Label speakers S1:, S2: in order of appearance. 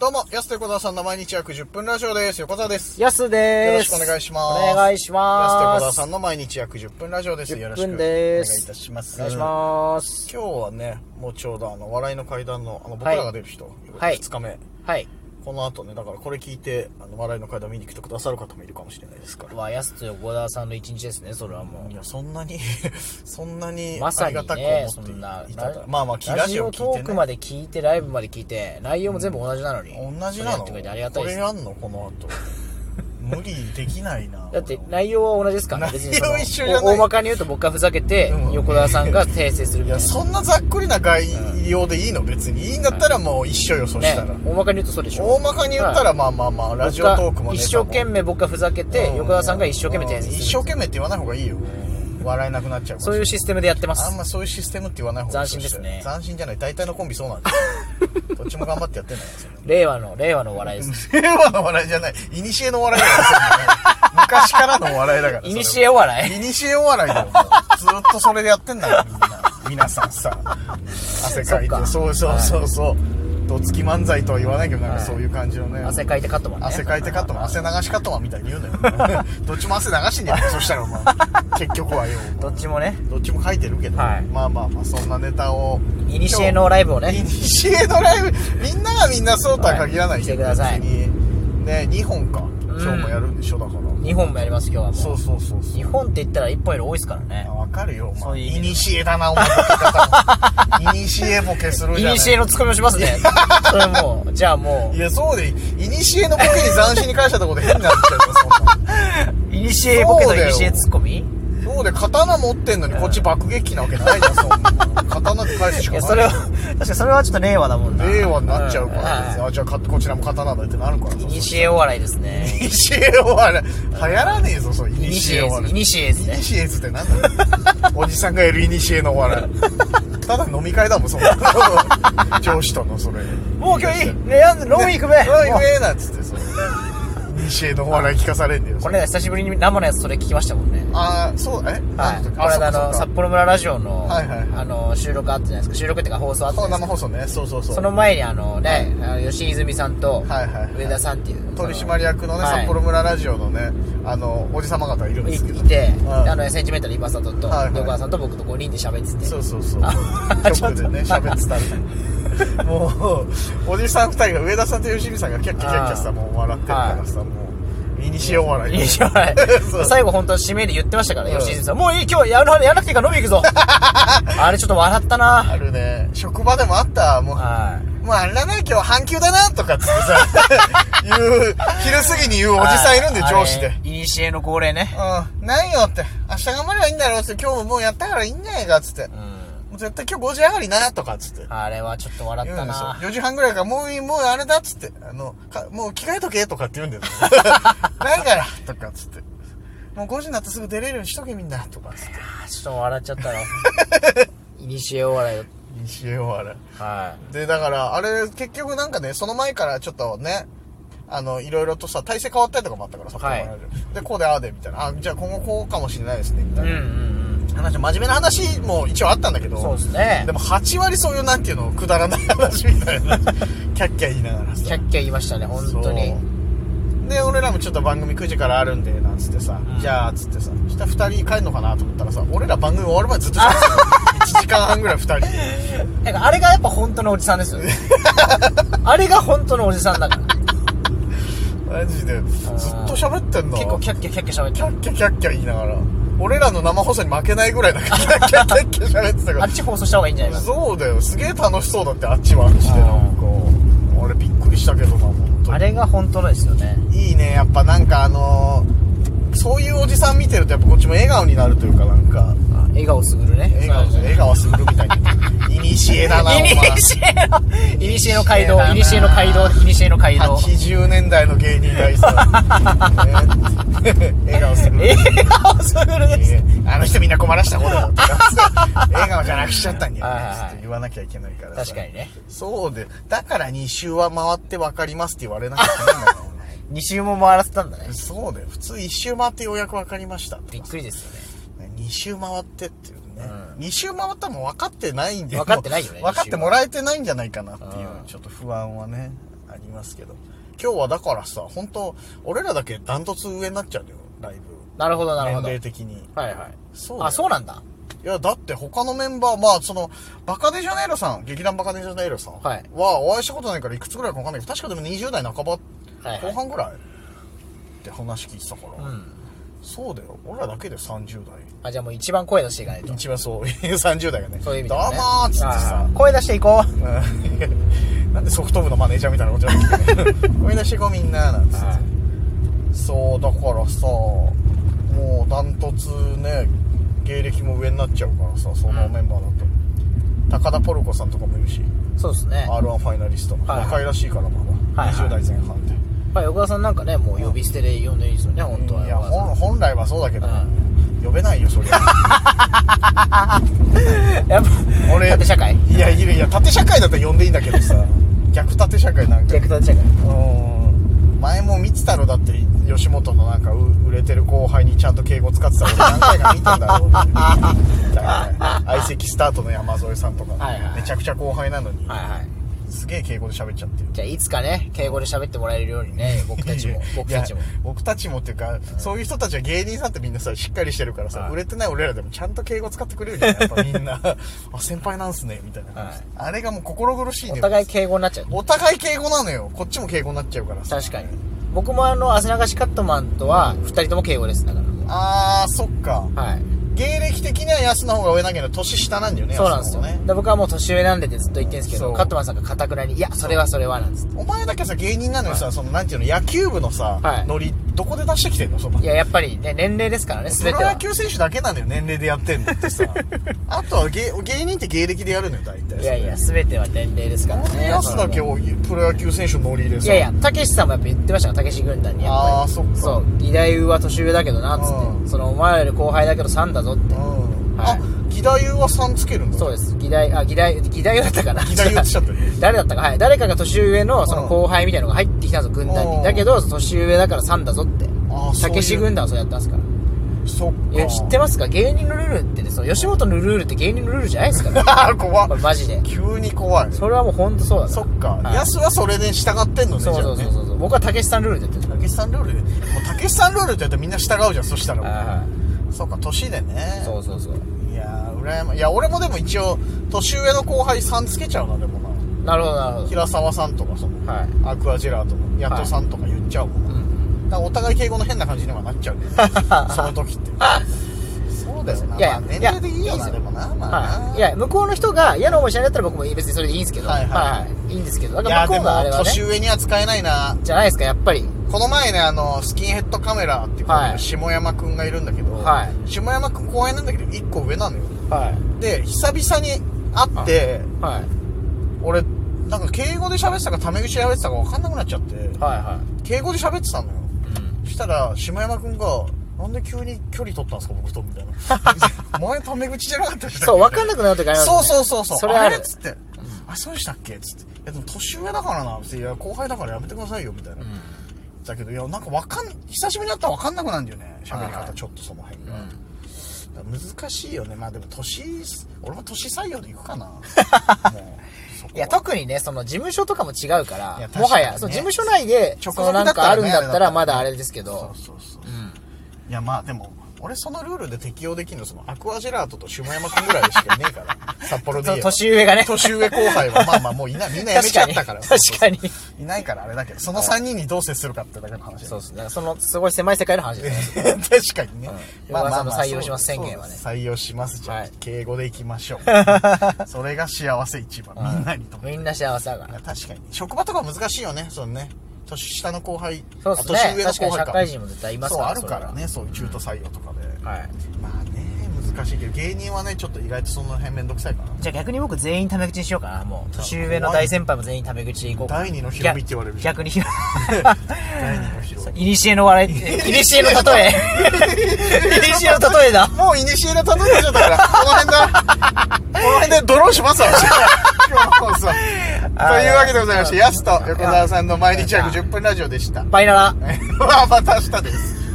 S1: どうも、安と横澤さんの毎日約10分ラジオです。横澤です。よ
S2: やすで
S1: ろ
S2: ー
S1: し
S2: す。
S1: くお願いします。
S2: お願いします。
S1: 安と横澤さんの毎日約10分ラジオです。よろしくお
S2: 10
S1: 願いい
S2: 分で
S1: た
S2: す
S1: します。
S2: お願いします。
S1: 今日はね、もうちょうどあの、笑いの階段の、あの、僕らが出る人、
S2: はい
S1: 2日目。
S2: はい。
S1: この後ね、だからこれ聞いて、あの、笑いの階段見に来てくださる方もいるかもしれないですから。
S2: は、やすと横田さんの一日ですね、それはも。
S1: いうや、そんなに、 そんなに、
S2: まさに
S1: ありがたく
S2: ね、
S1: 思
S2: そ
S1: ってい
S2: んな
S1: ただ、。まあまあ、
S2: ラジオトークま
S1: で。
S2: で聞いて、ライブまで聞いて、内容も全部同じなのに。
S1: 同じ
S2: それ
S1: な
S2: やっ
S1: の
S2: てくれてありがたい
S1: これ
S2: です。
S1: やんのこの後。無理できないな。
S2: だって
S1: 俺
S2: 内容は同じで すから
S1: 内容
S2: その
S1: 一緒じゃない
S2: お大まかに言うと僕がふざけて、
S1: うん
S2: 横田さんが訂正するみ
S1: いや、
S2: たいな。
S1: そんなざっくりな概要でいいの別に。いいんだったらもう一緒よ、そしたら。
S2: ね、大まかに言うとそうでしょ。
S1: 大まかに言った
S2: はい
S1: ら、まあまあまあ、ラジオトークも
S2: 一生懸
S1: 命
S2: 命僕がふざけて、横田さんが一生懸命訂正する。
S1: 一生懸命って言わない方がいいよ。笑えなくなっちゃうから
S2: そういうシステムでやってま
S1: あ
S2: す
S1: ん。まそういうシステムって言わない方がいい。
S2: 斬新ですね
S1: 斬新じゃない。大体のコンビそうなん ですよ。どっちも頑張ってやってんだよ、それ
S2: 令和の、令和のお笑いです。
S1: 令和の笑いじゃない。いにしえの笑いだから。 昔からの笑いだから。
S2: いにしえお笑い
S1: いにしえお笑いだよ。もうずっとそれでやってんだよ、みんな。皆さんさ。汗かい
S2: そっか
S1: て。そうそうそうそう。どつき漫才とは言わないけど、なんかそういう感じのね。
S2: 汗かいてカットマンね。
S1: 汗かいてカットマン、汗流しカットマンみたいに言うのよ。どっちも汗流してんじゃん。そしたらお前、結局はよ。
S2: どっちもね、
S1: どっちも書いてるけど、
S2: はい
S1: まあまあまあ、そんなネタを。
S2: いにしえのライブをね
S1: いにしえのライブ、みんながみんなそうとは限らないけど、
S2: はい来てください
S1: 別にね、2本か。今日もやるんでしょ、だから。
S2: 2本もやります、今日はもう。
S1: そうそうそうそう。
S2: 日本って言ったら1本より多いですからね
S1: あ。わかるよ、お
S2: そう
S1: 前。
S2: いう意味
S1: い
S2: で
S1: にしえだな、お前の方 も。いにしえボケする
S2: い
S1: じゃん。
S2: にしえのツッコミをしますね。それもう、じゃあも
S1: いや、そうでいい。いにしえのボケに斬新に返したとこで変になっちゃうよ、そんな。
S2: う、いにしえボケ
S1: そう
S2: と
S1: だよ
S2: いにしえツッコミ
S1: そうで、刀持ってんのにこっち爆撃機なわけないじゃん、そんな。刀で返すし
S2: い
S1: か
S2: や、
S1: ない。
S2: それは、確かにそれはちょっと令和だもんな。
S1: 令和になっちゃうから、
S2: うんはい
S1: あじゃあかこちらも刀だってなるからさ
S2: いにしえお笑いですね。
S1: いにしえお笑い流行らねえぞそうい
S2: い
S1: に
S2: に
S1: し
S2: し
S1: え
S2: え
S1: お
S2: です
S1: 笑
S2: ね。い
S1: い
S2: にしえです
S1: い
S2: ね
S1: に。しえずってなんだろうおじさんがいるいにしえのお笑いただ飲み会だもんそんな 上司とのそれ
S2: もう今日いいレアンズ、ロンウィークめ
S1: ロン行く
S2: もう
S1: べなんつって そういにしえのお笑い聞かされんだよ
S2: これね、久しぶりに生のやつそれ聞きましたもんね。
S1: ああそうえ
S2: はい。こ
S1: 何の時
S2: れあの、
S1: そっかそっ
S2: 札幌村ラジオの、
S1: はいはい
S2: あの、収録あったじゃないですか。収録っていうか放送あったじ
S1: か
S2: ゃないですか
S1: 生放送ねそうそうそう
S2: その前にあのね、あの吉井泉さん
S1: は
S2: と
S1: いはいはい
S2: 上田さんっていう、
S1: 取締役のね、
S2: はい
S1: 札幌村ラジオのねあのおじ様方がいるん
S2: い
S1: ですけど
S2: いて、
S1: うん
S2: あのセンチメンタル今里と
S1: はいはい
S2: 横田さんと僕と5人で喋ってて、
S1: そうそうそう
S2: あ。
S1: 局でね、
S2: ちょっと
S1: 喋ってたん だもう、おじさん二人が、上田さんと吉見さんがキャッキャキャッキャさ、
S2: あー
S1: もう笑ってるからさ、もう、いにしよう笑い。
S2: いいじゃない
S1: そう
S2: 最後本当締めで言ってましたから、
S1: うん
S2: 吉井泉さんもういい今日やるやらなくていいから飲み行くぞあれちょっと笑ったな
S1: あるね。職場でもあった、もう、
S2: は
S1: もうあれだね、今日半休だな、とかっつってさ、 言う、昼過ぎに言うお
S2: い
S1: じさんいるんで、
S2: は
S1: 上司で。
S2: あれいにしえの恒例ね、
S1: うん、ないよって、明日頑張ればいいんだろうって、今日ももうやったからいいんじゃないか、つって。
S2: うん、
S1: もう絶対今日5時上がりな、とかっつって。
S2: あれはちょっと笑
S1: 言
S2: っ
S1: う
S2: た
S1: んですよ
S2: な。
S1: 4時半ぐらいから、もういい、もうあれだっつって、あの、かもう着替えとけとかって言うんだ よ。ないからとかっつって。もう5時になってすぐ出れるようにしとけみんなとかっつって。
S2: あちょっと笑っちゃったないにしえお笑いを
S1: 西へ終わる。
S2: はい
S1: で、だから、あれ、結局なんかね、その前からちょっとね、あの、いろいろとさ、体制変わったりとかもあったからさ、
S2: はい
S1: こうで、こうでああで、みたいな。あ、じゃあ今後こうかもしれないですね、みた
S2: う
S1: い
S2: んうん
S1: な。
S2: うん
S1: 話、真面目な話も一応あったんだけど。
S2: そうですね
S1: でも8割そういうなんていうの、くだらない話みたい な。キャッキャ言いながらさ。
S2: キャッキャ言いましたね本当に
S1: そうで俺らもちょっと番組9時からあるんでなんつってさ、
S2: うん
S1: じゃあつってさそしたら2人帰んのかなと思ったらさ俺ら番組終わるまでずっと喋 ってた1時間半ぐらい2人で
S2: なんかあれがやっぱ本当のおじさんです よね。あれが本当のおじさんだから。
S1: マジでずっと喋ってんの
S2: 結構
S1: キ
S2: キャッキャキャッキャ喋
S1: ャ
S2: っちゃう。
S1: ッキャキャッキャ言いながら俺らの生放送に負けないぐらいなんかキャッキャキャッキャ喋ってたか
S2: あ
S1: ら
S2: っち放送した方がいいんじゃないかな。
S1: そうだよすげえ楽しそうだってあっちはあっちでなんか俺びっくりしたけどな本当
S2: あ
S1: に
S2: れが本当のですよね。
S1: いいねやっぱなんかあのーそういうおじさん見てるとやっぱこっちも笑顔になるというかなんか
S2: あ笑顔すぐるね。
S1: 笑顔
S2: す
S1: で笑顔するみたいに。いにしえだな、お前。
S2: いにしえの、いにしえの街
S1: いにしえだ
S2: 道、
S1: ない
S2: にしえの街道、いにしえの街道。
S1: 80年代の芸人がいそう。ね笑顔する。
S2: 笑顔すぐるです。
S1: えー あの人みんな困らした俺だと か笑顔じゃなくしちゃったんや
S2: はいはいはい
S1: ちょっと言わなきゃいけないからさ
S2: 確かにね。
S1: そうでだから2周は回って分かりますって言われなきゃいけないんだから
S2: 二周も回らせたんだね
S1: 俺。そうだよ普通1周回ってようやく分かりました
S2: びっくりですよね。
S1: 2周回ってっていうね、
S2: う
S1: 二2周回ったも分かってないんで
S2: 分かってないよね
S1: もう分かってもらえてないんじゃないかなっていう
S2: うん
S1: ちょっと不安はねありいますけど。今日はだからさ、本当俺らだけダントツ上になっちゃうのよ、ライブ。
S2: なるほど、なるほ
S1: 年
S2: ど。
S1: 齢的に。
S2: はいはい。
S1: そうだよ
S2: あ、そうなんだ。
S1: いや、だって他のメンバー、まあ、その、バカデジャネイロさん、劇団バカデジャネイロさんは、
S2: はい
S1: お会いしたことないからいくつぐらいかわかんないけど、確かでも20代半ば、
S2: はいはい
S1: 後半ぐらいって話聞いてたから、
S2: うん。
S1: そうだよ。俺らだけで30代。
S2: あ、じゃあもう一番声出していかないと。
S1: 一番そう、30代がね。
S2: そういう意味
S1: ど
S2: で、
S1: う
S2: ね。
S1: もーっつってさ
S2: あー。声出していこう。
S1: うんなんでソフト部のマネージャーみたいなことじゃなくて。声出してこうみんな、なんつって。そう、だからさ、もうダントツね、芸歴も上になっちゃうからさ、そのメンバーだと。高田ポルコさんとかもいるし、
S2: そうですね。
S1: R1 ファイナリストの。
S2: はいはい
S1: 若いらしいからまだ。
S2: はいはい
S1: 20代前半で。
S2: まあ、横田さんなんかね、もう呼び捨てで呼んでいいですよね、本当は。
S1: いや、
S2: 横
S1: 本本来はそうだけど
S2: う、
S1: 呼べないよ、そり ゃ。
S2: 田さんやっぱ、
S1: 俺
S2: 縦社会
S1: いや、いるいや、縦社会だったら呼んでいいんだけどさ、逆縦社会なんか。
S2: 逆縦社会。
S1: うん前も三太郎だって吉本のなんかう売れてる後輩にちゃんと敬語使ってた俺何回か見たんだろうってだからね相席スタートの山添さんとか、
S2: はいはい
S1: めちゃくちゃ後輩なのに、
S2: はいはい。
S1: すげえ敬語で喋っちゃってる、
S2: じゃあ、いつかね、敬語で喋ってもらえるようにね、僕たちも僕たちも
S1: い。や僕たちもっていうか、そういう人たちは芸人さんってみんなさしっかりしてるからさ、
S2: はい
S1: 売れてない俺らでもちゃんと敬語使ってくれるじゃんやっぱみん なあ先輩なんすねみたいな感じ、
S2: はい
S1: あれがもう心苦しい
S2: お
S1: ね
S2: 互い敬語になっちゃう。
S1: お互い敬語なのよこっちも敬語になっちゃうからさ
S2: 確かに。僕もあの、汗流しカットマンとは、二人とも敬語です、だか。
S1: あーそっから
S2: はい。
S1: 芸歴的には安の方が上だけど年下なんだよね
S2: そうなんですよ。
S1: 安の方ね
S2: で僕はもう年上なんでってずっと言ってんですけ
S1: そう
S2: ど、カットマンさんがかたくなに、いや、それはそれはなんです。
S1: お前だけさ芸人なのにさ、そのなんていうの野球部のさ、
S2: はい
S1: ノリどこで出してきてんのその
S2: いや、やっぱりね、年齢ですからね、す
S1: プ
S2: べて
S1: ロ野
S2: は。
S1: 球選手だけなのよ年齢でやってんの ってさあとは芸芸人って芸歴でやるのよ大体
S2: いやいや、すべては年齢ですから
S1: なんで
S2: ね。
S1: 安だけをプロ野球選手のノリで
S2: い
S1: さ
S2: やいや、たけしさんもやっぱ言ってましたよ、たけし軍団に。やっぱり
S1: あーそっか
S2: そう、義太夫は年上だけどな、つっ
S1: う
S2: て。その、お前らより後輩だけど3だぞって
S1: う。ん、
S2: は
S1: あ
S2: い
S1: 義太夫は3つけるんだ
S2: そうです。義太、あ、義太、義太夫だったかな。
S1: 義太夫ってしちゃったよ
S2: 誰だったか、はい。誰かが年上の、その
S1: うん
S2: 後輩みたいなのが入ってきたぞ、軍団
S1: うん
S2: に。だけど、年上だから3だぞって
S1: あー。そうい
S2: た
S1: う
S2: けし軍団はそうやったんですから。
S1: そっか
S2: いや、知ってますか芸人のルールってね、その吉本のルールって芸人のルールじゃないで すから。
S1: あ 怖っ
S2: これマジで。
S1: 急に怖いそ
S2: それはもうほんとそうだな。
S1: っか、
S2: はい
S1: 安はそれで従ってんのね
S2: そうそう
S1: じゃあね
S2: そうそう。僕はたけしさんルールでやってる。
S1: たけしさんルールでもうたけしさんルールってやったらみんな従うじゃんそしたらもうそうか年でね
S2: そうそうそう。
S1: いやー羨まいや俺もでも一応年上の後輩さんつけちゃうなでもな
S2: なるほど、なるほ
S1: 平沢さんとかその
S2: ど。はい。
S1: アクアジェラートのヤトさんとか言っちゃうもんな、だからお互い敬語の変な感じにはな っちゃうねその時ってそうだよない
S2: やいや
S1: まあ年齢でいいよ
S2: いやいいで
S1: な
S2: すよ
S1: でもなまあな
S2: はい、いや向こうの人が嫌な思いしないんだったら僕も別にそれでいいんですけど、
S1: はいはい
S2: い、いいんですけどだ
S1: い
S2: から
S1: や
S2: 向
S1: で
S2: こう
S1: も
S2: があれはね
S1: 年上には使えないな
S2: じゃないですかやっぱり
S1: この前ね、あの、スキンヘッドカメラっていうか、
S2: はい
S1: 下山くんがいるんだけど、
S2: は
S1: 下山くん公園なんだけど、1個上なのよ。
S2: はい
S1: で、久々に会って、
S2: はい
S1: 俺、なんか敬語で喋ってたか、タメ口で喋ってたか分かんなくなっちゃって、
S2: はいは
S1: 敬語で喋ってたのよ。
S2: い、うん、
S1: そしたら、下山くんが、なんで急に距離取ったんですか、僕と、み たいな。前タメ口じゃなかったでしたっけ
S2: そう分かんなくなるときあります、ね、
S1: そうそうそうそう。
S2: それある
S1: れっつって、あ、そうでしたっけっつって。いや、でも年上だからな、って、いや、後輩だからやめてくださいよ、みたいな。だけど、いや、なんかわかん、久しぶりに会ったらわかんなくなるんだよね。喋り
S2: はいは
S1: 方、
S2: い
S1: ちょっとその辺が。だから難しいよね。まあでも、年、俺も年採用で行くか な。もうそこはい
S2: や特にねその事務所とかも違うから
S1: いや確かにね
S2: もはやその事務所内で
S1: 直
S2: その
S1: 属だ
S2: な
S1: ったらね
S2: んかあるんだった
S1: あれだったら
S2: ら
S1: ね
S2: まだあれですけど
S1: そうそうそう。いや、まあでも、俺そのルールで適用できるの、その、アクアジェラートと下山くんぐらいしかいねえ から。札幌で
S2: そ
S1: 言え
S2: の
S1: ば。
S2: 年上がね
S1: 年上後輩は、まあまあもういない、みんなやめ
S2: 確
S1: ちゃ
S2: か
S1: っ
S2: に
S1: たから。
S2: 確かに
S1: いないからあれだけど、その3人にどう接するかってだけの話だ
S2: そうですねそのすごい狭い世界の話 ですね
S1: 確かにね。
S2: うん横川さんの採用します宣言はね
S1: そうです採用しますじゃん
S2: はい
S1: 敬語でいきま しょう。それが幸せ一番。みんなにと。
S2: みんな幸せだから
S1: いや確かに。職場とか難しいよね、そのね。年下の後輩。
S2: そうです
S1: あ年
S2: ね
S1: 上の
S2: 確
S1: 後
S2: かに
S1: 輩
S2: 社
S1: か。
S2: 会人も絶対います
S1: そう、
S2: から
S1: あるからね、そういう中途採用とかで。
S2: それははい
S1: まあね、難しいけど、芸人はね、ちょっと意外とその辺めんどくさいか な。
S2: じゃあ逆に僕全員タメ口にしようかな。もう、年上の大先輩も全員タメ口でいこうかな。
S1: 第二のヒロミって言われるじゃん
S2: 逆にヒロ
S1: 第二のヒロミ
S2: ミ。い にしえの笑い、いにしえの例え。 いにしえの例えだ。
S1: もういにしえの頼んでちゃったから、この辺だ。この辺でドローしますわ、今日の放送というわけでございまして、やすと横澤さんの毎日約10分ラジオでした。
S2: バイナラ。
S1: まあまた明日です。